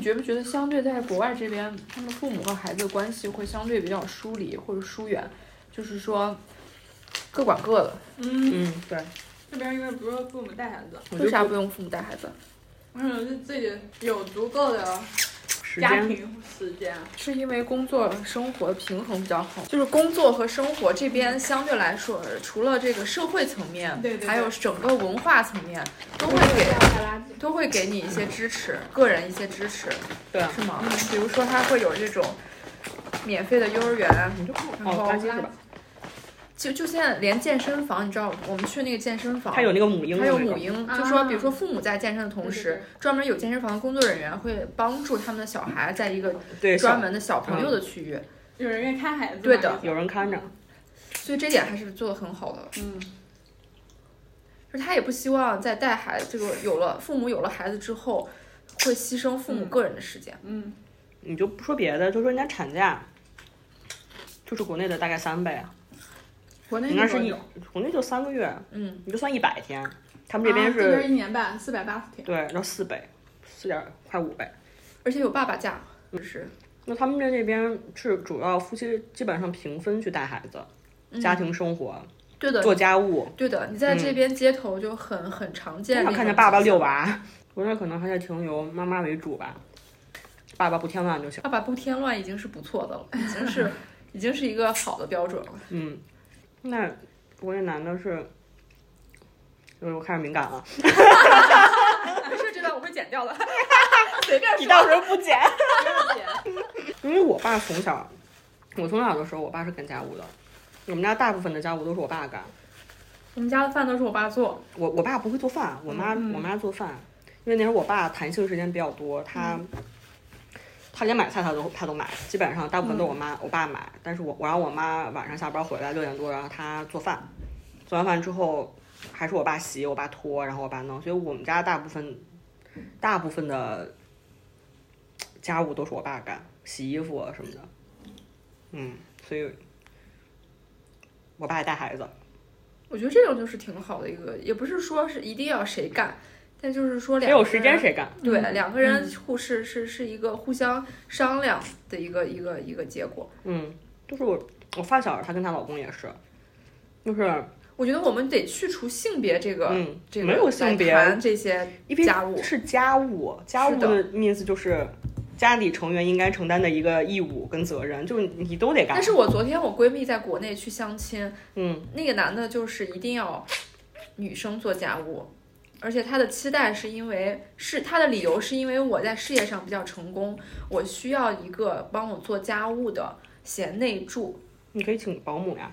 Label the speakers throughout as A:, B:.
A: 觉不觉得相对在国外这边，他们父母和孩子的关系会相对比较疏离或者疏远，就是说各管各的，
B: 嗯，
C: 嗯，
A: 对，
B: 这边因为不是父母带孩子，
C: 我
A: 为
C: 就
A: 啥不用父母带孩子？
B: 嗯，是自己有足够的
C: 时
B: 家
C: 间
B: 庭时间，
A: 是因为工作生活平衡比较好，就是工作和生活这边相对来说，除了这个社会层面，
B: 对对对
A: 还有整个文化层面，都会给都会给你一些支持，个人一些支持，
C: 对啊
A: 是吗？比如说他会有这种免费的幼儿园，
C: 你就看
A: 然
C: 哦，
A: 后
C: 垃圾是吧？
A: 就就现在连健身房，你知道我们去那个健身房，
C: 它有那个母婴的
A: 还
C: 那
A: 有
C: 个，
A: 母婴，
B: 啊
A: 就说比如说父母在健身的同时，
B: 对对对
A: 专门有健身房的工作人员会帮助他们的小孩在一个
C: 对，
A: 专
C: 小嗯
A: 门的小朋友的区域，
B: 有人愿意看孩子嘛，
A: 对的
C: 有人看着，
A: 所以这点还是做的很好的。
B: 嗯，
A: 就是他也不希望在带孩这个有了父母有了孩子之后，会牺牲父母
B: 嗯
A: 个人的时间。
B: 嗯
C: 你就不说别的，就说人家产假，就是国内的大概三倍，啊
A: 国内
C: 应该是一
A: 种，
C: 国内就三个月，
A: 嗯，
C: 你就算一百天，他们这
B: 啊
C: 边
B: 这边
C: 是
B: 一年半，四百八十天，
C: 对，然后四倍，四点快五倍。
A: 而且有爸爸假，就是
C: 那他们在这边是主要夫妻基本上平分去带孩子，家庭生活、
A: 嗯对的，
C: 做家务，
A: 对的。你在这边街头就很很常见
C: 经
A: 那种
C: 常
A: 景象，
C: 看见爸爸遛娃。国内可能还在停留妈妈为主吧，爸爸不添乱就行。
A: 爸爸不添乱已经是不错的了，已经是已经是一个好的标准了。
C: 嗯，那国内男的是，我我开始敏感了，
A: 没事，这段我会剪掉的，随便
C: 你
A: 说。
C: 到时候不剪。
B: 不用姐，
C: 因为我爸从小，我从小的时候，我爸是干家务的。我们家大部分的家务都是我爸干，
A: 我们家的饭都是我爸做，
C: 我我爸不会做饭，我妈、我妈做饭，因为那时候我爸弹性时间比较多，他、他连买菜他都他都买，基本上大部分都是我妈、我爸买，但是我我让我妈晚上下班回来六点多，然后他做饭，做完饭之后还是我爸洗，我爸拖，然后我爸弄，所以我们家大部分大部分的家务都是我爸干，洗衣服啊什么的，嗯，所以我爸也带孩子，
A: 我觉得这种就是挺好的一个，也不是说是一定要谁干，但就是说
C: 谁
A: 两个
C: 有时间
A: 人
C: 谁干，
A: 对，两个人互是是是一个互相商量的一个一个一个结果。
C: 嗯，就是我我发小，她跟她老公也是，就是
A: 我觉得我们得去除性别这个、
C: 嗯，
A: 这个
C: 没有性别
A: 来谈这些
C: 因为
A: 家务
C: 是家务，家务的 means 就是家里成员应该承担的一个义务跟责任，就是你都得干
A: 但。是我昨天我闺蜜在国内去相亲，
C: 嗯，
A: 那个男的就是一定要女生做家务，而且他的期待是因为是他的理由是因为我在事业上比较成功，我需要一个帮我做家务的贤内助。
C: 你可以请保姆呀。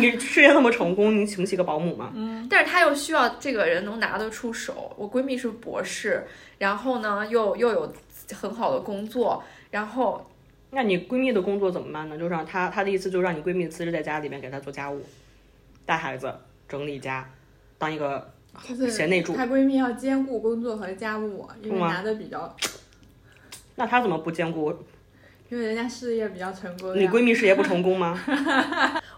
C: 你事业那么成功，你请起个保姆吗？
A: 但是他又需要这个人能拿得出手。我闺蜜是博士，然后呢又又有很好的工作，然后
C: 那你闺蜜的工作怎么办呢？就让她，她的意思就是让你闺蜜辞职在家里面给她做家务，带孩子，整理家，当一个
B: 就是
C: 贤内助。
B: 她闺蜜要兼顾工作和家务，因为
C: 哇
B: 男的比较，
C: 那她怎么不兼顾？
B: 因为人家事业比较成功呀，
C: 你闺蜜事业不成功吗？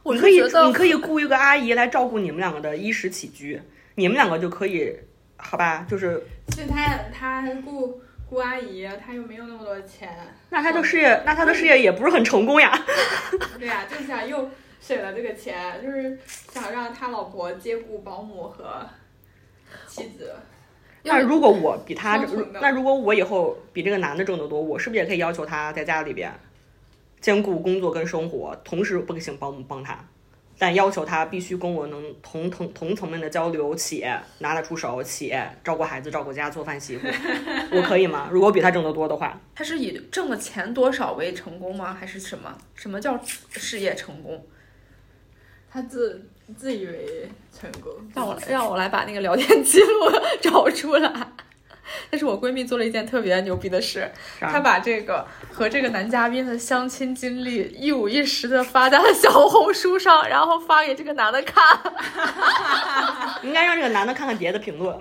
A: 我
C: 你
A: 就
C: 可以
A: 觉得
C: 你可以雇一个阿姨来照顾你们两个的衣食起居，你们两个就可以，好吧？就是
B: 所以她她雇雇阿姨，她又没有那么多钱，
C: 那她的事业，那她的事业也不是很成功呀。
B: 对呀、就想又省了这个钱，就是想让他老婆兼顾保姆和妻子。
A: 因为
C: 那如果我比她
B: 双重的，
C: 那如果我以后比这个男的挣得多，我是不是也可以要求他在家里边兼顾工作跟生活，同时不请保姆帮他？但要求他必须跟我能同同同层面的交流，且拿得出手，且照顾孩子、照顾家、做饭、洗衣 服，我可以吗？如果我比他挣得多的话，
A: 他是以挣的钱多少为成功吗？还是什么？什么叫事业成功？
B: 他自自以为成功，
A: 让我让我来把那个聊天记录 找出来。但是我闺蜜做了一件特别牛逼的事，
C: 是吧
A: 她把这个和这个男嘉宾的相亲经历一五一十的发在了小红书上，然后发给这个男的看。
C: 应该让这个男的看看别的评论。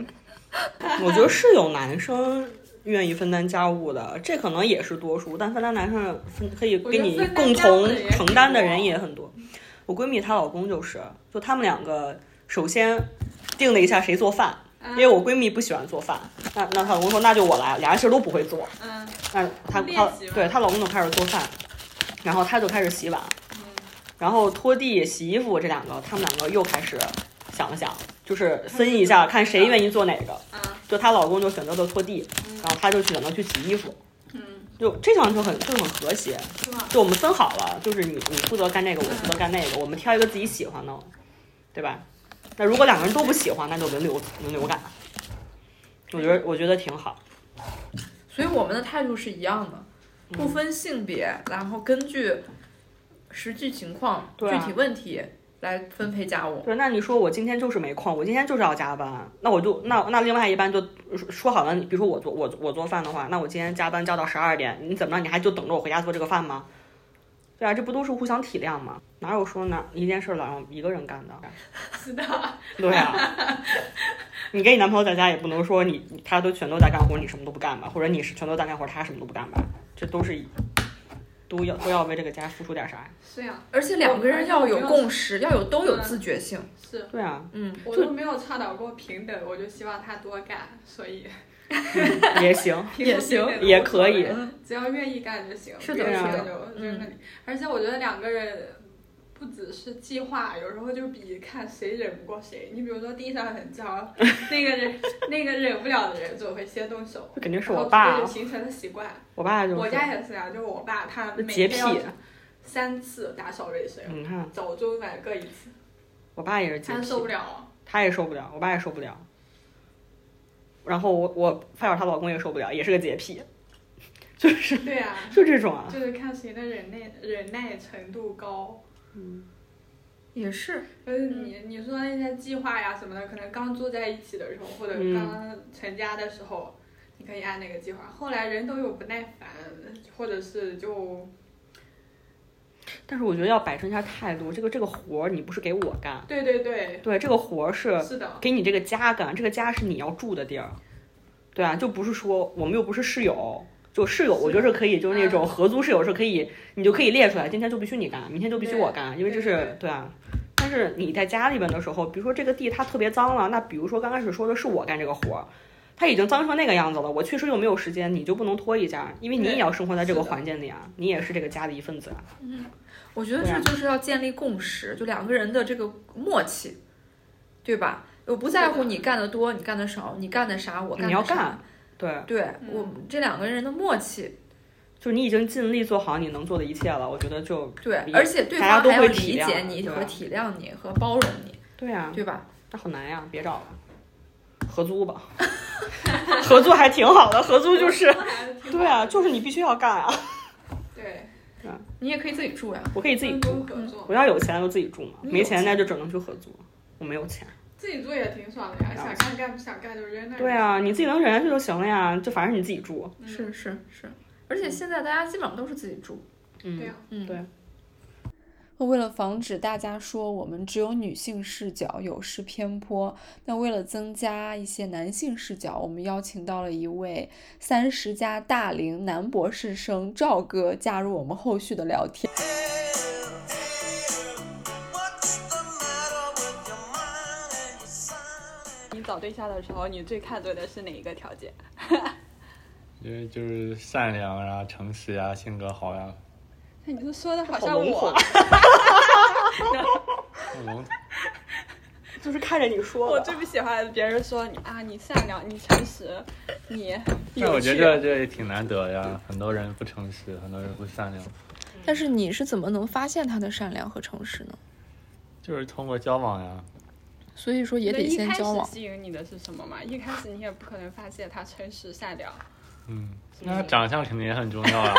C: 我觉得是有男生愿意分担家务的，这可能也是多数，但分担男生分可以跟你
B: 我觉得
C: 共
B: 分担家务
C: 同
B: 的也
C: 承担的
B: 挺多
C: 人也很多。我闺蜜她老公就是，就他们两个首先定了一下谁做饭，
B: 嗯
C: 因为我闺蜜不喜欢做饭，那那她老公说那就我来，俩人其实都不会做，
B: 嗯
C: 那她
B: 练
C: 她
B: 习吧
C: 对她老公就开始做饭，然后她就开始洗碗，
B: 嗯
C: 然后拖地、洗衣服这两个，他们两个又开始想了想，就是分一下看谁愿意做哪个，
B: 嗯啊
C: 就她老公就选择了拖地，然后她就选择去洗衣服，
B: 嗯，
C: 就这样就很就很和谐，
B: 是吧？
C: 就我们分好了，就是你你负责干这个，我负责干那个，我们挑一个自己喜欢的，对吧？那如果两个人都不喜欢，那就轮流轮流干。我觉得我觉得挺好，
A: 所以我们的态度是一样的，
C: 嗯
A: 不分性别，然后根据实际情况、
C: 对啊
A: 具体问题来分配家务。
C: 对，那你说我今天就是没空，我今天就是要加班，那我就那那另外一半就说说好了，你比如说我做我我做饭的话，那我今天加班加到十二点，你怎么着你还就等着我回家做这个饭吗？对啊，这不都是互相体谅吗？哪有说呢一件事儿老让一个人干的？
B: 是的，
C: 对啊， 你跟你男朋友在家也不能说你你他都全都在干活，你什么都不干吧，或者你是全都在干活，他什么都不干吧，这都是都要都要为这个家付出点啥呀？
B: 是呀，
A: 而且两个人要有共识，要有都有
B: 嗯
A: 自觉性。
B: 是
C: 对啊，
A: 嗯，
B: 我都没有倡导过平等，我就希望他多干，所以
C: 也行，
B: 平不平等都
C: 也
B: 无所
C: 可以
B: 谓嗯只要愿意干就行，
A: 是
B: 不
A: 的
B: 愿意
C: 是
B: 干
C: 的
B: 就
A: 嗯
B: 扔那里。而且我觉得两个人不只是计划，有时候就比看谁忍不过谁。你比如说地上很 脏，那个人那个忍不了的人总会先动手，
C: 这肯定是
B: 然后
C: 我爸
B: 这就
C: 啊，
B: 形成了习惯。
C: 我爸就
B: 我
C: 是
B: 家也是啊，就是我爸他每
C: 洁
B: 天
C: 癖，
B: 要三次打扫卫生，
C: 你看
B: 早中晚各一次，
C: 我爸也是洁
B: 他受
C: 癖
B: 不，了。
C: 他也受不了，我爸也受不了。然后我我发小她老公也受不了，也是个洁癖，就是
B: 对啊，
C: 就这种啊，
B: 就是看谁的忍耐忍耐程度高。
A: 也是。
B: 就是你你说那些计划呀什么的，可能刚住在一起的时候，或者
C: 嗯
B: 刚成家的时候，你可以按那个计划。后来人都有不耐烦，或者是就
C: 但是我觉得要摆正一下态度，这个这个活儿你不是给我干，
B: 对对对，
C: 对，这个活儿是
B: 是的，
C: 给你这个家干，这个家是你要住的地儿，对啊，就不是说我们又不是室友，就室友我觉得是可以，就是那种合租室友是可以，你就可以列出来，今天就必须你干，明天就必须我干，因为这
B: 对
C: 是对啊。但是你在家里边的时候，比如说这个地它特别脏了，那比如说刚开始说的是我干这个活儿，它已经脏成那个样子了，我确实又没有时间，你就不能拖一下，因为你也要生活在这个
B: 是的
C: 环境里啊，你也是这个家的一份子啊。
B: 嗯
A: 我觉得
C: 对
A: 这
C: 啊
A: 就是要建立共识，就两个人的这个默契，对吧？我不在乎
B: 是的
A: 你干的多，你干的少，你干的啥，我干
C: 你
A: 的
C: 要
A: 啥
C: 干。对，
A: 对、
B: 嗯
A: 我们这两个人的默契，
C: 就是你已经尽力做好你能做的一切了，我觉得就
A: 对
C: 理，
A: 而且对
C: 大家
A: 方
C: 都
A: 还要
C: 会
A: 理
C: 体谅
A: 解你
C: 对
A: 和体谅你和包容你，
C: 对啊，
A: 对吧？
C: 那好难呀，别找了，合租吧， 合租还挺好的，合租就是对啊，就是你必须要干啊，
B: 对，
A: 你也可以自己住呀、
C: 我可以自己
B: 分
C: 嗯住，
B: 工合作，
C: 我要有钱就自己住嘛，
A: 你有
C: 没钱
A: 钱
C: 那就只能去合租，我没有钱，
B: 自己做也挺爽的呀，
C: 了
B: 想干
C: 解
B: 干，不想干就扔那儿。
C: 对啊，你自己能忍下去就行了呀，就反正你自己住，
B: 嗯
A: 是是是，而
D: 嗯
A: 且现在大家基本上都是自己住。
B: 对
C: 嗯
B: 啊，
A: 嗯，
C: 对。
A: 为了防止大家说我们只有女性视角有失偏颇，那为了增加一些男性视角，我们邀请到了一位三十加大龄男博士生赵哥加入我们后续的聊天。
B: 你找对象的时候，你最看重的是哪一个条件？
D: 因为就是善良啊、诚实啊、性格好呀、
B: 那哎你就说的好
C: 好
B: 像
C: 笼统
B: 我，，
D: 那笼统
C: 就是看着你说
B: 我
C: 吧
B: 最不喜欢别人说你啊，你善良，你诚实，你
D: 但我
B: 有
D: 觉
B: 趣。啊
D: 得这也挺难得呀，很多人不诚实，很多人不善良，
A: 但是你是怎么能发现他的善良和诚实呢？
D: 就是通过交往呀。
A: 所以说也
B: 对
A: 得
B: 一
A: 先
B: 开始
A: 交往。
B: 吸引你的是什么嘛？一开始你也不可能发现他诚实善良，
D: 嗯，那长相肯定也很重要啊。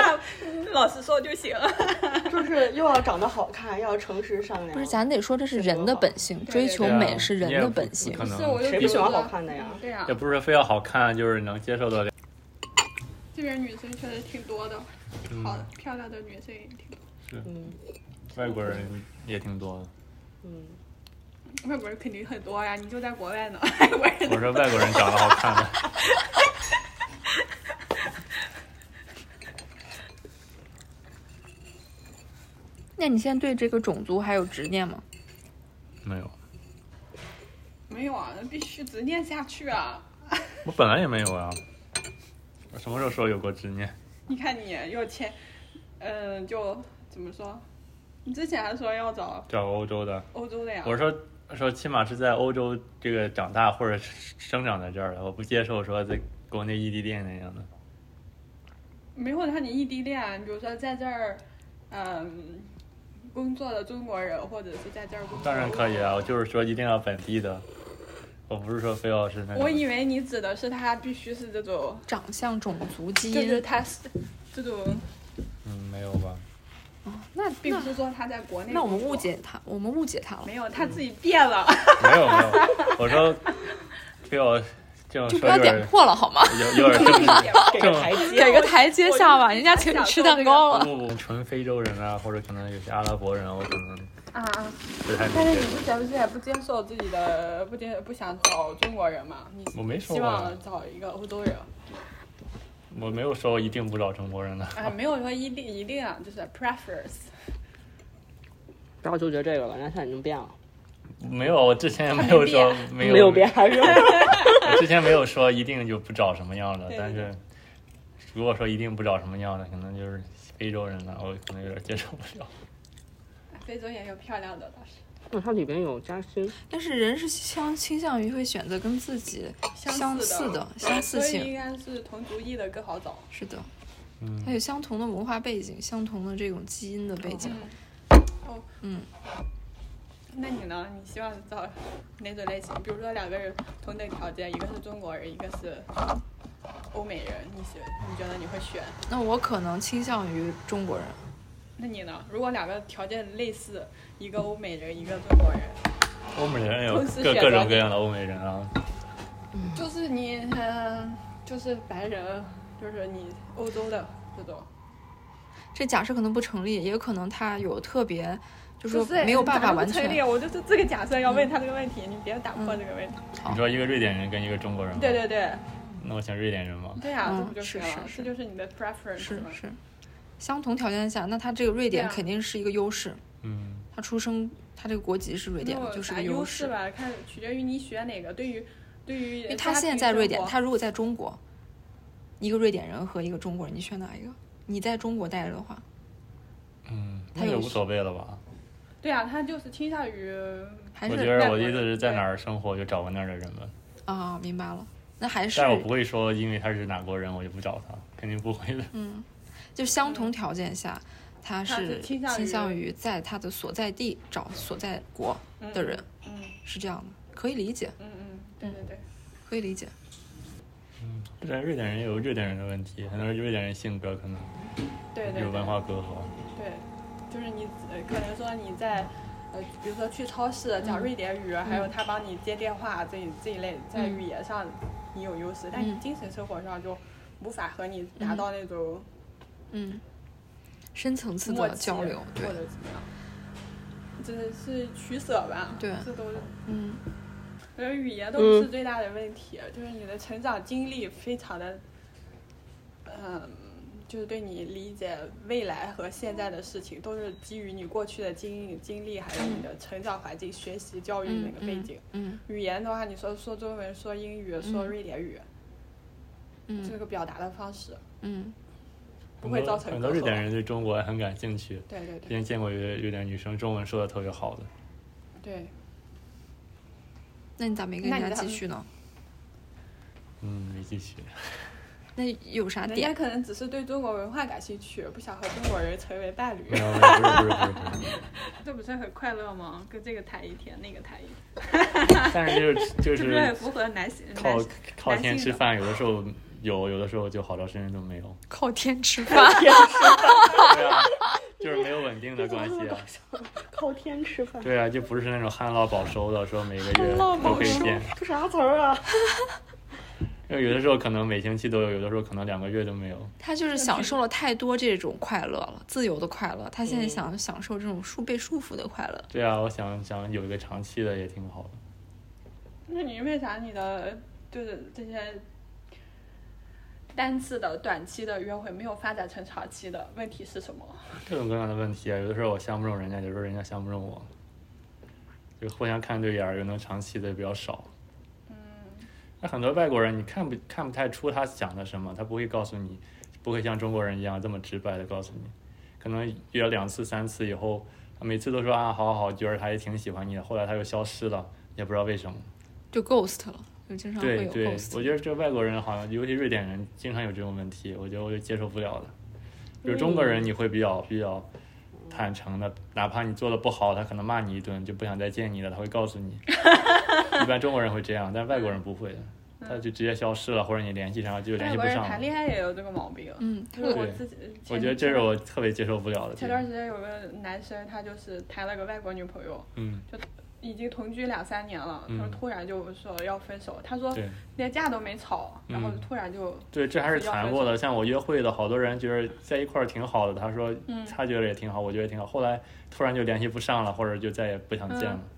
B: 老实说就行
C: 嗯
B: 了。
C: 就是又要长得好看，又要诚实善良，
A: 不是，咱得说这是人的本性，
B: 对
A: 追求
D: 对啊
A: 美是人
D: 你也
A: 的
D: 不
A: 本
D: 不
A: 性
D: 可。能
B: 是，我就
C: 谁
B: 觉
C: 不
B: 得
C: 喜欢好看的呀
B: 嗯对呀、
D: 也不是非要好看，就是能接受得了。
B: 这边女生确实挺多的，好
D: 嗯，
B: 漂亮的女生也挺多，
C: 嗯
D: 外国人也挺多的。
C: 嗯，
B: 外国人肯定很多呀。你就在国外呢， 外国人
D: 我说外国人长得好看的，
A: 那你现在对这个种族还有执念吗？
D: 没有，
B: 没有啊，那必须执念下去啊！
D: 我本来也没有啊。我什么时候说有过执念？
B: 你看你又签，嗯、就怎么说？你之前还说要找
D: 找欧洲的，
B: 欧洲的呀？
D: 我说说起码是在欧洲这个长大或者是生长在这儿的，我不接受说在国内异地恋那样的。
B: 没有让你异地恋，比如说在这儿，嗯，工作的中国人，或者是在这儿工作。
D: 当然可以。啊，我就是说一定要本地的，我不是说非要是那
B: 我
D: 种。
B: 以为你指的是他必须是这种，
A: 长相、种族、基
B: 就是
A: 因，
B: 他是这种，
D: 嗯，没有吧？
A: 那
B: 并不
A: 那
B: 是说他在国内。
A: 那我们误。解他，我们误解他了，
B: 没有，他自己变了。
D: 没有没有，我说非要这样
A: 就
D: 说
A: 不要
D: 有
A: 点
D: 点
A: 破了好吗？
D: 有有点政治
C: 给个台阶，
A: 给个台阶下吧，人家请你吃蛋糕了。
D: 不不不，纯非洲人啊，或者可能有些阿拉伯人啊，我可能
B: 啊啊！
D: 不太理
B: 但是
D: 解
B: 你。之前不是也不接受自己的，不接不想找中国人嘛？你
D: 我没说啊
B: 希
D: 过呀
B: 望找一个欧洲人，
D: 我没有说一定不找中国人的。
B: 啊，没有说一定一定啊，就是 preference。
C: 不要纠结这个了，人家现在已经变了，
D: 没有，我之前也没有说没有
C: 没有变，还是
D: 我之前没有说一定就不找什么样的
B: 对，对
D: 但是如果说一定不找什么样的，可能就是非洲人了，我可能有点接受不了。
B: 哎非洲也有漂亮的，倒是
C: 那它里边有夹心，
A: 但是人是相倾向于会选择跟自己相似
B: 似
A: 的相似
B: 所以
A: 性，
B: 应该是同族裔的更好找。
A: 是的，
D: 嗯
A: 它，有相同的文化背景，相同的这种基因的背景。
B: 哦，
A: 嗯，
B: 那你呢？你希望找哪种类型？比如说两个人同等条件，一个是中国人，一个是欧美人，你选，你觉得你会选？
A: 那我可能倾向于中国人，
B: 那你呢？如果两个条件类似，一个欧美人，一个中国人，
D: 欧美人有
B: 公司
D: 各
B: 选
D: 各
B: 择
D: 种
B: 你
D: 各样的欧美人啊，
B: 就是你，嗯、就是白人，就是你欧洲的这种，
A: 这假设可能不成立，也有可能他有特别，就是
B: 就
A: 说
B: 是
A: 没有办法
B: 咱们
A: 完
B: 不成立
A: 全。嗯
B: 我就是这个假设要问他这个问题，你别打破这个问题。
A: 好
D: 你说一个瑞典人跟一个中国人吗，
B: 对对对，
D: 那我选瑞典人吧。
B: 对呀、
A: 嗯
B: 这不就了？
A: 是是是
B: 这就是你的 preference
A: 是
B: 嘛
A: 是，相同条件下，那他这个瑞典
B: 对啊
A: 肯定是一个优势。
D: 嗯，
A: 他出生，他这个国籍是瑞典
B: 没，有
A: 就是
B: 啥
A: 个
B: 优
A: 势。
B: 吧，看取决于你选哪个。对于对于
A: 因为
B: 家
A: 他现在
B: 庭
A: 在瑞
B: 生
A: 典，
B: 活
A: 他如果在中国，一个瑞典人和一个中国人，你选哪一个？你在中国待着的话，
D: 嗯，
A: 他
D: 那也
A: 有
D: 无所谓了吧？
B: 对啊，他就是倾向于
A: 还
D: 我
A: 是
D: 觉得
B: 外
D: 我的
B: 国
D: 意思
B: 人
D: 是在
B: 对
D: 哪儿生活就找个那儿的人吧，
A: 啊、明白了，那还是
D: 但是我不会说因为他是哪国人我就不找他，肯定不会的。
A: 嗯，就相同条件下，
B: 他
A: 他是
B: 是倾向于
A: 倾向于在他的所在地找所在国的人，，
B: 嗯
A: 是这样的，可以理解，
B: 嗯嗯，对对对，
A: 可以理解。
D: 嗯，但瑞典人也有瑞典人的问题，很多瑞典人性格可能
B: 对对
D: 有
B: 对
D: 文化隔阂。
B: 对，就是你呃可能说你在呃，比如说去超市讲
A: 嗯
B: 瑞典语，还有他帮你接电话这一这一类，在
A: 嗯
B: 语言上你有优势，但你
A: 嗯
B: 精神生活上就无法和你达
A: 嗯
B: 到那种
A: 嗯，深层次
B: 默
A: 的
B: 契
A: 交流，
B: 或
A: 对，
B: 者怎么样，这是取舍吧？
A: 对
B: 这都是
A: 嗯，
B: 我觉得语言都不是最大的问题，就是你的成长经历非常的，嗯，就是对你理解未来和现在的事情，都是基于你过去的经历、经历，还有你的成长环境、学习、教育那个背景。
A: 嗯
B: 语言的话，你说说中文、说英语、说瑞典语，这
A: 嗯
B: 个表达的方式，
A: 嗯，
B: 不会造成
D: 很多
B: 隔阂
D: 瑞典人对中国很感兴趣。
B: 对对
D: 之
B: 对
D: 前见过有有点女生中文说的特别好的，
B: 对。
A: 啊那你咋没跟
B: 那
A: 人
B: 你
A: 家
B: 咋
A: 继续呢？
D: 嗯，没继续。
A: 那有啥
B: 人家
A: 点？
B: 可能只是对中国文化感兴趣，不想和中国人成为伴侣
D: 没， 有，没有不是不是不是不是。
B: 这不是很快乐吗？跟这个谈一天，那个谈一天。
D: 但是就是就
B: 这不是很
D: 是
B: 符合男性
D: 靠
B: 男性
D: 靠天吃饭，有的时候有，有的时候就好长时间都没有。
A: 靠天吃饭，
D: 对 啊，就是没有稳定的关系啊。
C: 靠天吃饭，
D: 对啊，就不是那种旱涝保收的，说每个月都可以见。
C: 这啥词儿啊？
D: 因为有的时候可能每星期都有，有的时候可能两个月都没有。
A: 他就是享受了太多这种快乐了，自由的快乐。他现在想享受这种束被束缚的快乐。
D: 对啊，我想想有一个长期的也挺好的。
B: 那你为啥你的就是这些单次的短期的约会没有发展成长期的？问题是什么？
D: 各种各样的问题啊，有的时候我相不中人家，有的时候人家相不中我，就互相看对眼儿，又能长期的比较少。那很多外国人你看不看不太出他想的什么，他不会告诉你，不会像中国人一样这么直白的告诉你。可能约两次三次以后，他每次都说啊好好好，觉得他也挺喜欢你的，后来他又消失了，也不知道为什么。
A: 就 ghost 了，就经
B: 啊
A: 常会
D: 对
A: 有
D: 对，我
A: ghost。
D: 觉得这外国人好像，尤其瑞典人，经常有这种问题，我觉得我就接受不了的。比如中国
B: 嗯
D: 人，你会比较比较坦诚的，哪怕你做的不好，他可能骂你一顿，就不想再见你了，他会 告诉你。一般中国人会这样，但是外国人不会的，他就直接消失了，或者你联系上就
B: 嗯外
D: 联系不
B: 国人
D: 上
B: 谈
D: 了。
B: 恋爱也有这个毛病，
A: 嗯，他
B: 就是我
D: 对
B: 自己。
D: 我
B: 前
D: 觉得这是我特别接受不了的。
B: 前段时间有个男生，他就是谈了个外国女朋友，
D: 嗯，
B: 已经同居两三年了，他
D: 嗯
B: 说突然就说要分手，他说
D: 对
B: 连架都没吵，然后
D: 嗯
B: 突然就
D: 对，这还是谈过的。像我约会的，好多人觉得在一块儿挺好的，他说
B: 嗯
D: 他觉得也挺好，我觉得也挺好，后来突然就联系不上了，或者就再也不想见了。就
B: 嗯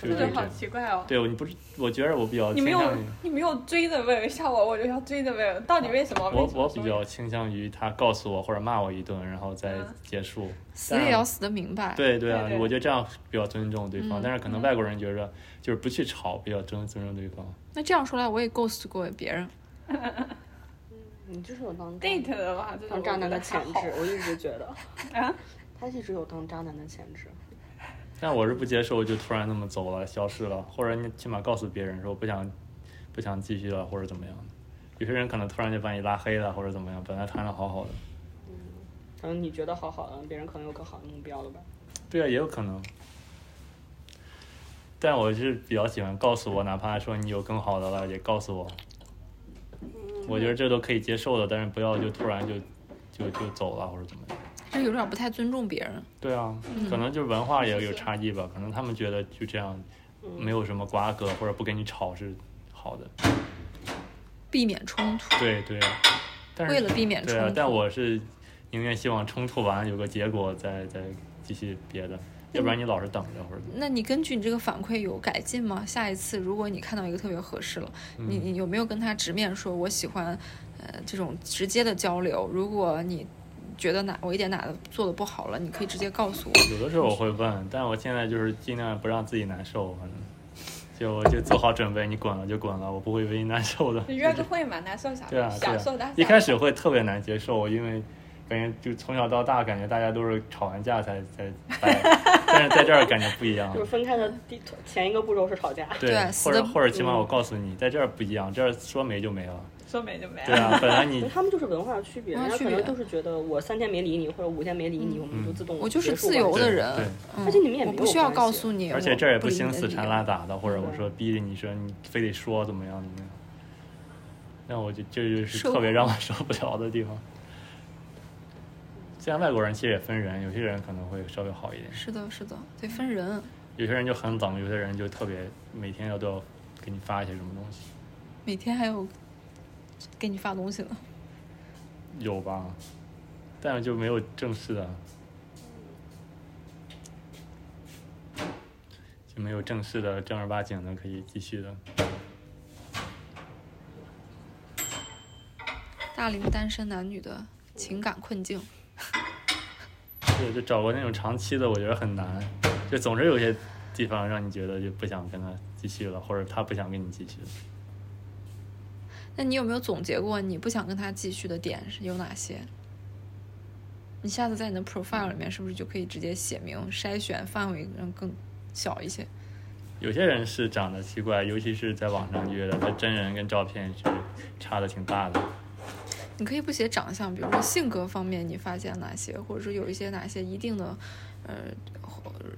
B: 这
D: 是这
B: 个好
D: 样。
B: 奇怪哦。
D: 对，我你不是，我觉得我比较
B: 你
D: 倾
B: 没有
D: 向于，
B: 你没有追着问，像我我就要追着问，到底为什么？
D: 我
B: 为什么
D: 我比较倾向于他告诉我或者骂我一顿，然后再
B: 嗯哎
D: 结束。
A: 死也要死的明白。
D: 嗯对对啊，
B: 对对
D: 我觉得这样比较尊重对
A: 嗯
D: 方。但是可能外国人觉着就是不去吵，比较尊尊重对方。
A: 那这样说来，我也 ghost 过别人。
C: 你就是有当
B: date 的话，这种
C: 当渣男的潜
B: 潜
C: 质，我一直觉 得
B: 啊，
C: 他一直有当渣男的潜质。
D: 但我是不接受，就突然那么走了，消失了，或者你起码告诉别人说我不想不想继续了，或者怎么样。有些人可能突然就把你拉黑了，或者怎么样，本来谈的好好的，
C: 可能你觉得好好的，别人可能有更好的目标了吧？
D: 对啊，也有可能。但我是比较喜欢告诉我，哪怕说你有更好的了，也告诉我。我觉得这都可以接受的，但是不要就突然就就就走了或者怎么样。
A: 这有点不太尊重别人。
D: 对啊，可能就是文化也有差异吧，可能他们觉得就这样，没有什么瓜葛或者不跟你吵是好的。
A: 避免冲突，
D: 对对，但是
A: 为了避免冲
D: 对啊
A: 突，，
D: 但我是宁愿希望冲突完有个结果再再继续别的，要不然你老是等着或者怎么样。
A: 那你根据你这个反馈有改进吗？下一次如果你看到一个特别合适了，你
D: 嗯
A: 你有没有跟他直面说，我喜欢，呃，这种直接的交流？如果你觉得哪我一点哪做的不好了，你可以直接告诉我。
D: 有的时候我会问，但我现在就是尽量不让自己难受，反正就我就做好准备，你滚了就滚了，我不会为你难受的。
B: 你约个会嘛，难受啥？
D: 对啊，对
B: 享受
D: 啊
B: 的。。
D: 一开始会特别难接受，因为感觉就从小到大，感觉大家都是吵完架才才掰，但是在这儿感觉不一样
C: 就。是分开的第前一个步骤是吵架，
D: 对
A: 对，死
D: 或
A: 的
D: 者或者起码我告诉你，在这儿不一样，这儿说没就没了。
B: 说没就没
D: 对
B: 了。
D: 啊，本 来
C: 因为
D: 你
C: 他们就是文化区别，
A: 文
C: 人
A: 化嗯
C: 家
A: 区
C: 可
A: 别
C: 能就是觉得我三天没理你或者五天没理你，我们
D: 嗯
C: 就自动
A: 我就是
C: 结束
A: 自
C: 吧
A: 由的
D: 对
A: 人
D: 对，
A: 嗯
C: 而且你们也
A: 我
C: 没
A: 不
C: 有
A: 需要
C: 关
A: 告
C: 系
A: 诉你，
D: 而且
A: 我
D: 这儿也不
A: 哎理你
D: 兴
A: 的
D: 死
A: 理
D: 缠
A: 由
D: 烂打的，或者我
C: 对
D: 说逼着你说你非得说怎么样怎么样，那我就这就是
A: 受
D: 特别让我受不了的地方。虽然外国人其实也分人，有些人可能会稍微好一点，
A: 是的，是的，得分人。
D: 有些人就很冷，有些人就特别每天要都要给你发一些什么东西，
A: 每天还有给你发东西呢，
D: 有吧？但是就没有正式的，就没有正式的正儿八经的可以继续的。
A: 大龄单身男女的情感困境。
D: 对，就找个那种长期的，我觉得很难。就总是有些地方让你觉得就不想跟他继续了，或者他不想跟你继续了。
A: 那你有没有总结过你不想跟他继续的点是有哪些？你下次在你的 profile 里面是不是就可以直接写明筛选范围让更小一些？
D: 有些人是长得奇怪，尤其是在网上约的，他真人跟照片是差的挺大的。
A: 你可以不写长相，比如说性格方面你发现哪些，或者说有一些哪些一定的呃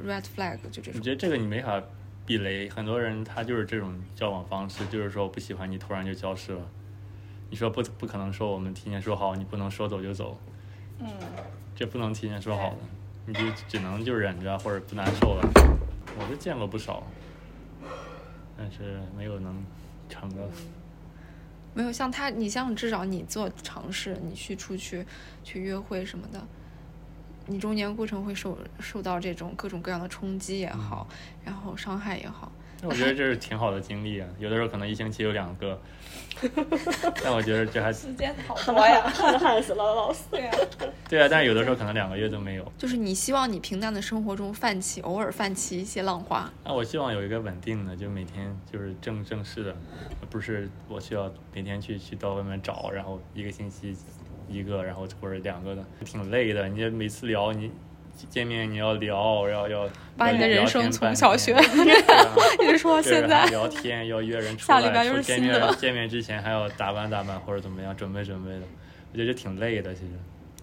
A: red flag 就这
D: 我
A: 种。
D: 觉得这个你没法避雷，很多人他就是这种交往方式，就是说我不喜欢你，突然就消失了。你说不不可能说我们提前说好，你不能说走就走，
B: 嗯，
D: 这不能提前说好的，你就只能就忍着或者不难受了。我是见过不少，但是没有能成的。
A: 没有像他，你像至少你做尝试，你去出去去约会什么的，你
D: 嗯
A: 中间过程会受受到这种各种各样的冲击也好，然后伤害也好，
D: 那我觉得这是挺好的经历啊，有的时候可能一星期有两个，但我觉得这还
B: 时间好
C: 恨
B: 多
C: 得
B: 呀，
C: 恨得恨死了老师。
B: 对呀、
D: 对啊，但是有的时候可能两个月都没有。
A: 就是你希望你平淡的生活中泛起偶尔泛起一些浪花，
D: 那我希望有一个稳定的，就每天就是正正式的，不是我需要每天去去到外面找，然后一个星期一个，然后或者两个的，挺累的。你每次聊你见面你要聊，要要
A: 把你的
D: 要聊
A: 人生
D: 天
A: 从
D: 半
A: 小学
D: 天 对啊
A: 一直说到
D: 对，
A: 现
D: 然后
A: 在。
D: 聊天要约人出
A: 下
D: 来，
A: 礼拜又
D: 说
A: 是
D: 见
A: 新
D: 面
A: 的了
D: 见面之前还要打扮打扮或者怎么样，准备准备的，我觉得挺累的。其实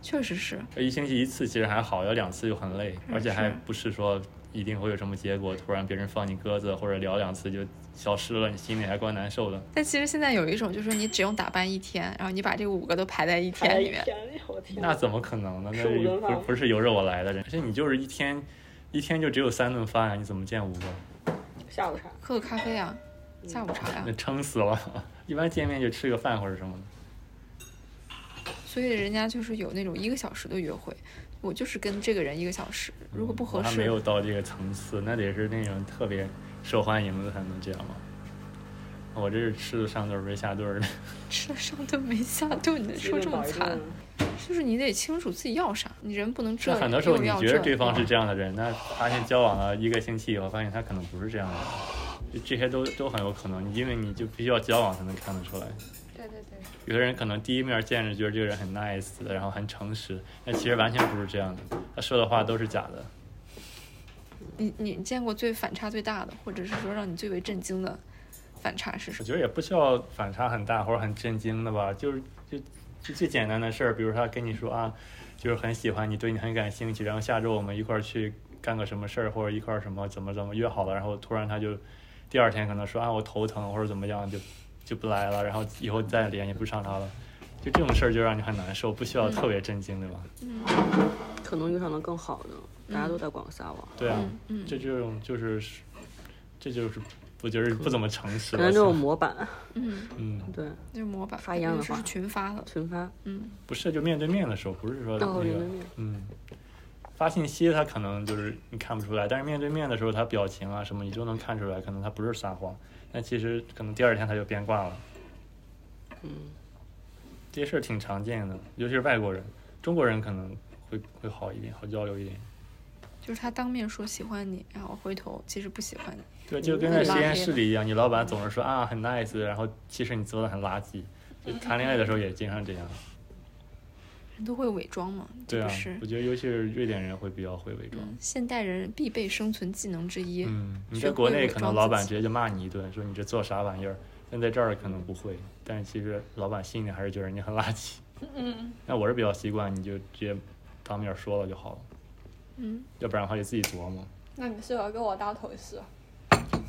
A: 确实是，
D: 呃一星期一次其实还好，要两次就很累，而且还
A: 嗯是
D: 不是说一定会有什么结果，突然别人放你鸽子或者聊两次就消失了，你心里还怪难受的。
A: 但其实现在有一种，就是你只用打扮一天，然后你把这五个都排在一天里面，
C: 天，我天
D: 那怎么可能呢？那
C: 吃五顿
D: 不
C: 饭
D: 是不是由着我来的，而且你就是一天一天就只有三顿饭啊，你怎么见五个？
C: 下午茶，
A: 喝个咖啡啊，下午茶呀、
D: 那撑死了。 一般见面就吃个饭或者什么的。
A: 所以人家就是有那种一个小时的约会，我就是跟这个人一个小时，如果不合
D: 嗯还没
A: 适，
D: 有到这个层次，那得是那种特别受欢迎的才能这样嘛。我这是吃的上顿儿没下顿儿的，
A: 吃了上顿没下顿啊的，说这么惨，就是你得清楚自己要啥，你人不能这
D: 那很多时候
A: 又
D: 你
A: 要
D: 觉得
A: 这啊
D: 对方是
A: 又
D: 这样的人，那发现交往了一个星期以后，发现他可能不是这样的人，就这些都都很有可能，因为你就必须要交往才能看得出来。
E: 对对对，
D: 有的人可能第一面见着觉得这个人很 nice，然后很诚实，但其实完全不是这样的，他说的话都是假的。
A: 要你你见过最反差最大的，或者是说让你最为震惊的反差是什
D: 我
A: 么？
D: 觉得也不需要反差很大或者很震惊的吧，就是就就最简单的事儿，比如他跟你说啊，就是很喜欢你，对你很感兴趣，然后下周我们一块儿去干个什么事儿，或者一块儿什么怎么怎么约好了，然后突然他就第二天可能说啊我头疼或者怎么样就就不来了，然后以后再联系不上他了，就这种事儿就让你很难受，不需要特别震惊，对吧？
C: 可能遇上的更好呢。大家都在广撒网，
D: 对啊，
A: 嗯嗯
D: 这这种就是这就是我觉得不怎么诚实
C: 可
D: 了
C: 能这，种模板，
A: 嗯，
D: 嗯。
C: 对，
A: 就是模板
C: 发言的
A: 有时候
C: 话
A: 是群发的，
C: 群发，
A: 嗯，
D: 不是，就面对面的时候，不是说那
C: 哦
D: 个，
C: 面对面
D: 嗯，发信息他可能就是你看不出来，但是面对面的时候，他表情啊什么你都能看出来，可能他不是撒谎，但其实可能第二天他就变卦了。
C: 嗯，
D: 这些事儿挺常见的，尤其是外国人，中国人可能会会好一点，好交流一点。
A: 就是他当面说喜欢你，然后回头其实不喜欢你，
D: 对，就跟在实验室里一样，你老板总是说啊很 nice，然后其实你做的很垃圾。就谈恋爱的时候也经常这样，
A: 人都会伪装嘛，
D: 对
A: 这
D: 啊
A: 不是，
D: 我觉得尤其是瑞典人会比较会伪装。
A: 嗯现代人必备生存技能之一。
D: 嗯，你
A: 学
D: 在国
A: 会
D: 内
A: 伪
D: 可能
A: 装
D: 老
A: 自
D: 板
A: 己
D: 直接就骂你一顿，说你这做啥玩意儿，但在这儿可能不会，但是其实老板心里还是觉得你很垃圾。
B: 嗯，
D: 那我是比较习惯，你就直接当面说了就好了，
A: 嗯，
D: 要不然的话得自己琢磨。
B: 那你适合跟我当同事，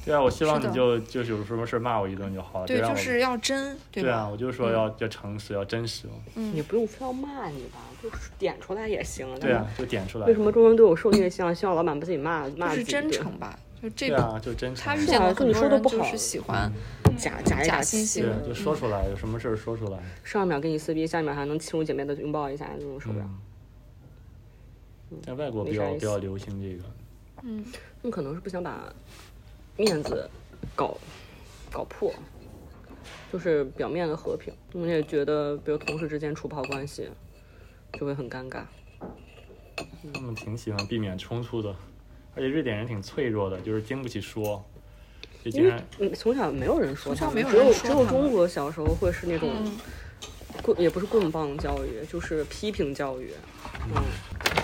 D: 对啊，我希望
A: 是的
D: 你就就是有什么事儿骂我一顿就好了，
A: 对，
D: 别让
A: 就
D: 我
A: 是嗯要真，对
D: 对
A: 吧？
D: 啊，我就说要要诚实，要真实嘛。
C: 也不用非要骂你吧，就是点出来也行。
D: 对啊，，就点出来。
C: 为什么中国人对我受虐像？希望老板不自己骂骂
A: 就
C: 自
A: 是
C: 己
A: 真诚吧，就这
D: 对
A: 个。
D: 啊，就真诚
A: 他遇
D: 啊。
A: 见
C: 是啊
A: 了
C: 这
A: 很
C: 你
A: 多
C: 说得
A: 人
C: 不
A: 就
C: 好
A: 是喜欢，
C: 假假
A: 嗯假
C: 假
A: 惺惺
D: 对
C: 惺
D: 啊，就说出来，有什么事儿说出来。
C: 上秒跟你撕逼，下秒还能亲如姐妹的拥抱一下，这种受不了。
D: 嗯，在外国
C: 没
D: 比
C: 啥
D: 较
C: 意
D: 比
C: 思
D: 较流行这个。
A: 嗯，
C: 他们可能是不想把面子搞搞破，就是表面的和平。我们也觉得，比如同事之间处不好关系，就会很尴尬。
D: 他们嗯挺喜欢避免冲突的，而且瑞典人挺脆弱的，就是经不起说，就
C: 因为
D: 经常
C: 嗯从小没有人说他
A: 从小没
C: 们，
A: 有
C: 只有
A: 人说
C: 只有
A: 他们嗯
C: 中国小时候会是那种棍，也不是棍棒教育，就是批评教育。
D: 嗯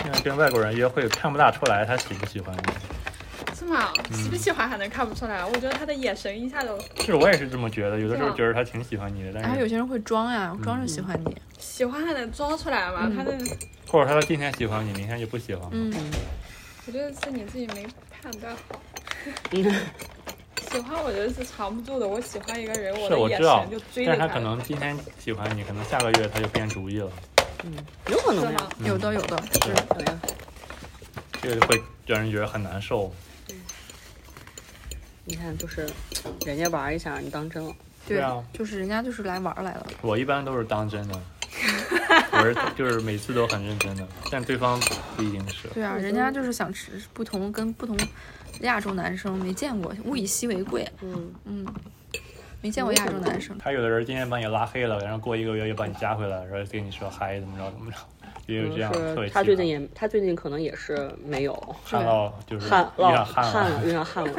D: 现在跟外国人约会看不大出来他喜不喜欢你。嗯
B: 是吗？喜不喜欢还能看不出来，我觉得他的眼神一下就是
D: 我也是这么觉得，有的时候
B: 是吗
D: 觉得他挺喜欢你的，
A: 然
D: 但
A: 嗯后有
D: 是
A: 些人会装呀，装着喜
D: 嗯
A: 欢你，
B: 喜欢还能装出来嘛？他的，
D: 或者他今天喜欢你，明天就不喜欢了。
A: 嗯，
B: 我觉得是你自己没判断好。
C: 嗯，
B: 喜欢我觉得是藏不住的，我喜欢一个人，
D: 是
B: 的
D: 我
B: 眼
D: 知道
B: 神就，追
D: 但
B: 着
D: 是他可能今天喜欢你，可能下个月他就变主意了，
A: 嗯
D: 嗯
C: 有可能
B: 是
C: 呀
B: 吗？？
A: 有的有的是，
C: 有呀，
D: 这个会让人觉得很难受。
C: 你看，就是人家玩一下，你当真了。
A: 对
D: 啊，
A: 就是人家就是来玩儿来了，
D: 我一般都是当真的，我是就是每次都很认真的，但对方不一定是。
A: 对啊，人家就是想吃不同跟不同亚洲男生没见过，物以稀为贵，
C: 嗯，
A: 嗯，没见过亚洲男生，
D: 他有的人今天把你拉黑了，然后过一个月又把你加回来，然后跟你说嗨怎么着怎么着，也有这样特
C: 嗯
D: 别
C: 是
D: 奇葩。
C: 他最近也，他最近可能也是没有
D: 旱涝就是
C: 旱
D: 有点
C: 涝
D: 旱
C: 旱了，
D: 了，
C: 有 点旱了。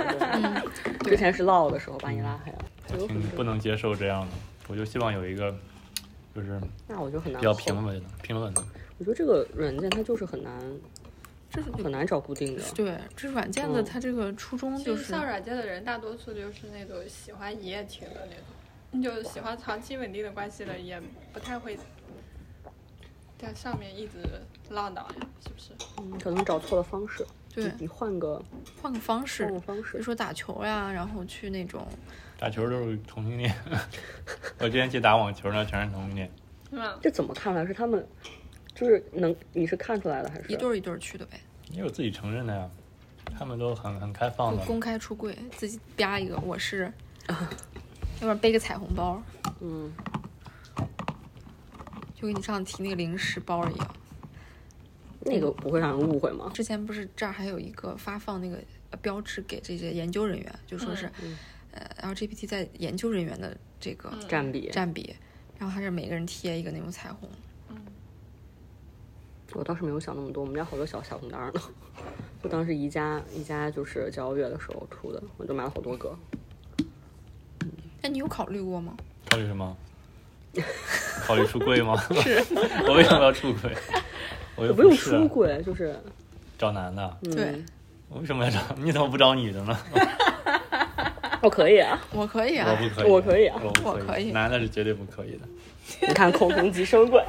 C: 对，
A: 对
C: 之前是涝的时候把你拉黑了，
D: 我嗯挺不能接受这样的，我就希望有一个就是
C: 那我就很难
D: 比较
C: 后
D: 平稳的、平稳的。
C: 我觉得这个软件它就是很难
A: 这是
C: 很难找固定的。
A: 对这软件的
C: 嗯
A: 它这个初衷
B: 就
A: 就是是
B: 上软件的人，大多数就是那种喜欢一夜情的那种，就是喜欢长期稳定的关系的，也不太会在上面一直浪荡呀，是不是？
C: 嗯，可能找错了方式。
A: 对
C: 你你换个
A: 换个方
C: 换
A: 式
C: 个，方
A: 比如
C: 式。
A: 说打球呀，然后去那种
D: 打球都是 同性恋，我之前去打网球呢，全是同性恋。
B: 是吧？
C: 这怎么看来是他们，就是能你是看出来的还是？
A: 一对儿一对儿去的呗，
D: 也有自己承认的呀，他们都很很开放
A: 就
D: 的。
C: 嗯
A: 公开出柜，自己吧一个我是，要不然背个彩虹包，
C: 嗯，
A: 就跟你上次提那个零食包一样。
C: 那个不会让人误会吗？
A: 之前不是这儿还有一个发放那个呃标志给这些研究人员，就说是、
C: 嗯
A: 呃 LGBT 在研究人员的这个
B: 嗯
C: 占比，
A: 占比，然后他是每个人贴一个那种彩虹，
C: 我倒是没有想那么多，我们家好多小小红单儿呢。 就当时宜家宜家就是交月的时候出的，我就买了好多个。
A: 那你有考虑过吗？
D: 考虑 什么？考虑出柜吗？ 我为什么要出柜？ 我
C: 我
D: 又
C: 不用
D: 是啊
C: 出轨，就是嗯
D: 找男的，
A: 对
D: 我为什么要找？ 你怎么不找女的呢？
C: 我可以啊。
A: 我可以啊
D: 我，不可以，
C: 我可以啊
D: 我不
A: 我可以
D: 男的是绝对不可以的。
C: 你看恐同即生鬼，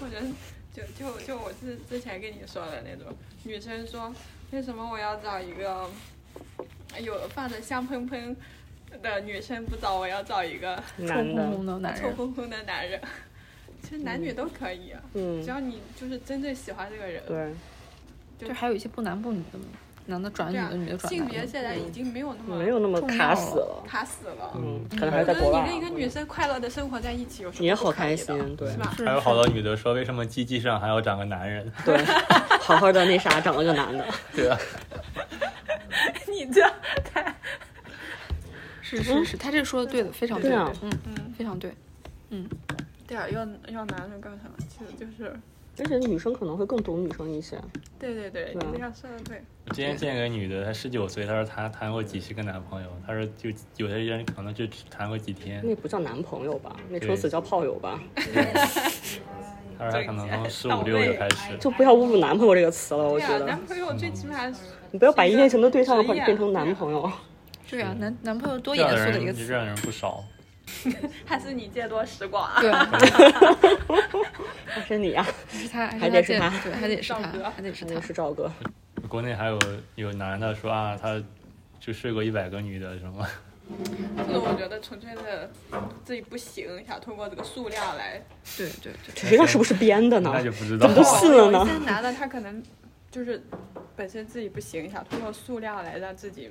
B: 或者就就就我之之前跟你说的那种，女生说为什么我要找一个有放着香喷喷的女生，不找我要找一个
A: 臭
C: 男
A: 烘
C: 的
A: 烘，的男
B: 臭
A: 人，
B: 烘烘的男人？ 其实男女都可以啊，只
C: 嗯，
B: 要你就是真正喜欢这个人。
C: 对，
A: 就还有一些不男不女的嘛，男的转女
B: 对啊
A: 的，女的，转
B: 性
A: 男
B: 别
A: 的，嗯
B: 现在已经没有那么
C: 没有那么
A: 重要
C: 卡
A: 了
C: 死了。
B: 卡死了。
C: 嗯，可能还
B: 我
C: 是
B: 觉得
C: 在国外
B: 你
C: 啊。
B: 跟一个女生快乐的生活在一起，有什么
C: 也
B: 不
C: 好
B: 可以
C: 开
B: 的
C: 心，对
B: 是吧？
A: 是
D: 还有好多女的说，为什么鸡鸡上还要长个男人？
C: 对，好好的那啥，长了个男的，
D: 对啊，
B: 你这太
A: 是是是，他这个说的对的，非常对，
C: 对啊
A: 嗯，
B: 嗯，
A: 非常对，
B: 对啊，要要男人干什么？其实就是，
C: 而且女生可能会更懂女生一些。
B: 对对对，
C: 对啊
B: 你这样说的对。
D: 我之前见一个女的，她十九岁，她说谈谈过几十个男朋友，她说就有些人可能就只谈过几天，
C: 那不叫男朋友吧？那
D: 对
C: 撑死叫炮友吧？
D: 她说她可能从十五六就开始。
C: 就不要侮辱男朋友这个词了，我
B: 对
C: 觉
B: 啊，
C: 得嗯
B: 男。朋友最起码是
C: 你不要把一夜情的对象
B: 职业
C: 变成男朋友，
A: 对啊，男男朋友多
D: 这
A: 严
D: 样的
A: 肃的一个
D: 人，这
A: 词，
D: 样的人不少。
B: 还是你见多识广啊，
A: 对啊，
C: 还是你啊？
A: 还是他，
C: 还
A: 还
C: 得是
A: 是
C: 他
A: 他这，对，还得是
B: 赵
A: 他
B: 哥，
A: 还得是
C: 肯定
A: 他，
C: 是赵哥，
D: 国内还有有男的说啊，他就睡过一百个女的什么，
B: 这种我觉得纯粹的自己不行，想通过这个数量来。
A: 对对对。
C: 谁知道是不是编的呢
D: 那？就不知道。
C: 都信了呢
B: 有一些男的他可能就是本身自己不行，想通过数量来让自己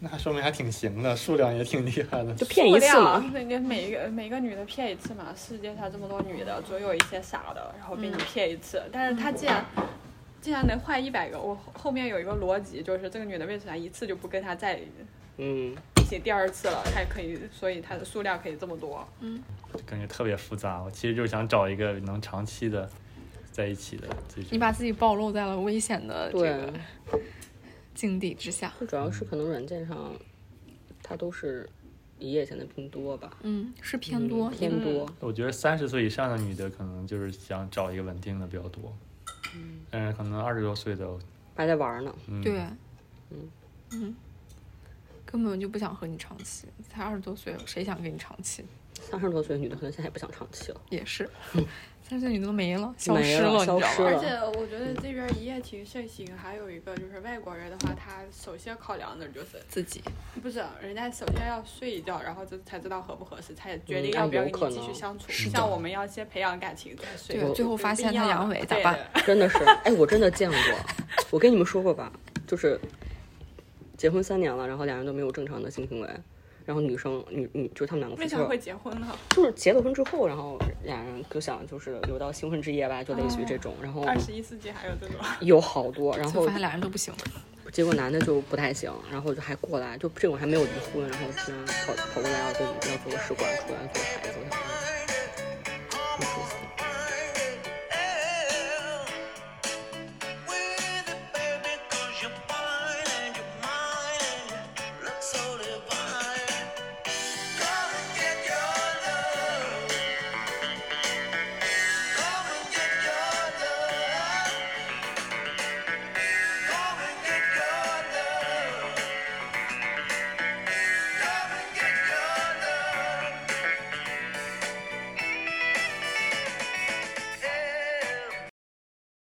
D: 那说明还挺行的，数量也挺厉害的。
C: 就骗一次嘛。
B: 数量那你每一个每个女的骗一次嘛，世界上这么多女的，总有一些傻的，然后被你骗一次。但是她既然既然能换一百个，我后后面有一个逻辑，就是这个女的为啥一次就不跟他再进
C: 嗯，
B: 行第二次了？她也可以，所以她的数量可以这么多。
D: 感觉特别复杂。我其实就是想找一个能长期的在一起的。这种
A: 你把自己暴露在了危险的这
C: 对
A: 个，境地之下。
C: 就主要是可能软件上，它都是一夜情的偏多吧，
A: 嗯，是偏多，嗯也
C: 偏多。
D: 我觉得三十岁以上的女的可能就是想找一个稳定的比较多，但是可能二十多岁的，
C: 还在玩呢，
D: 嗯，
A: 嗯对，嗯根本就不想和你长期。才二十多岁，谁想跟你长期？
C: 三十多岁的女的可能现在也不想长期了。
A: 也 是，三十岁女的都没了，消
C: 没
A: 失
C: 了
A: 了，
C: 消
A: 你知道
C: 失
A: 吗？
C: 了
B: 而且我觉得这边一夜情盛行，还有一个就是外国人的话，他首先考量的就是
A: 自己
B: 不是人家首先要睡一觉，然后这才知道合不合适，才决定
C: 嗯
B: 要不要
C: 有
B: 跟
C: 可
B: 你继续
C: 能
B: 相处。
D: 是的
B: 像我们要先培养感情再睡。
A: 对，最后发现他阳痿咋
B: 对
A: 办？
C: 真的是，哎，我真的见过，我跟你们说过吧，就是结婚三年了，然后两人都没有正常的性行为，然后女生女女就他们两个
B: 为
C: 夫妻
B: 啥会结婚呢？
C: 就是结了婚之后，然后俩人就想就是留到新婚之夜吧，就类似于这种。然后
B: 二十一世纪还有这种，
C: 有好多，然
F: 就
C: 后
F: 发现俩人都不行。
C: 结果男的就不太行，然后就还过来，就这种还没有离婚，然后居然跑跑过来要跟要做个试管出来做孩子，我想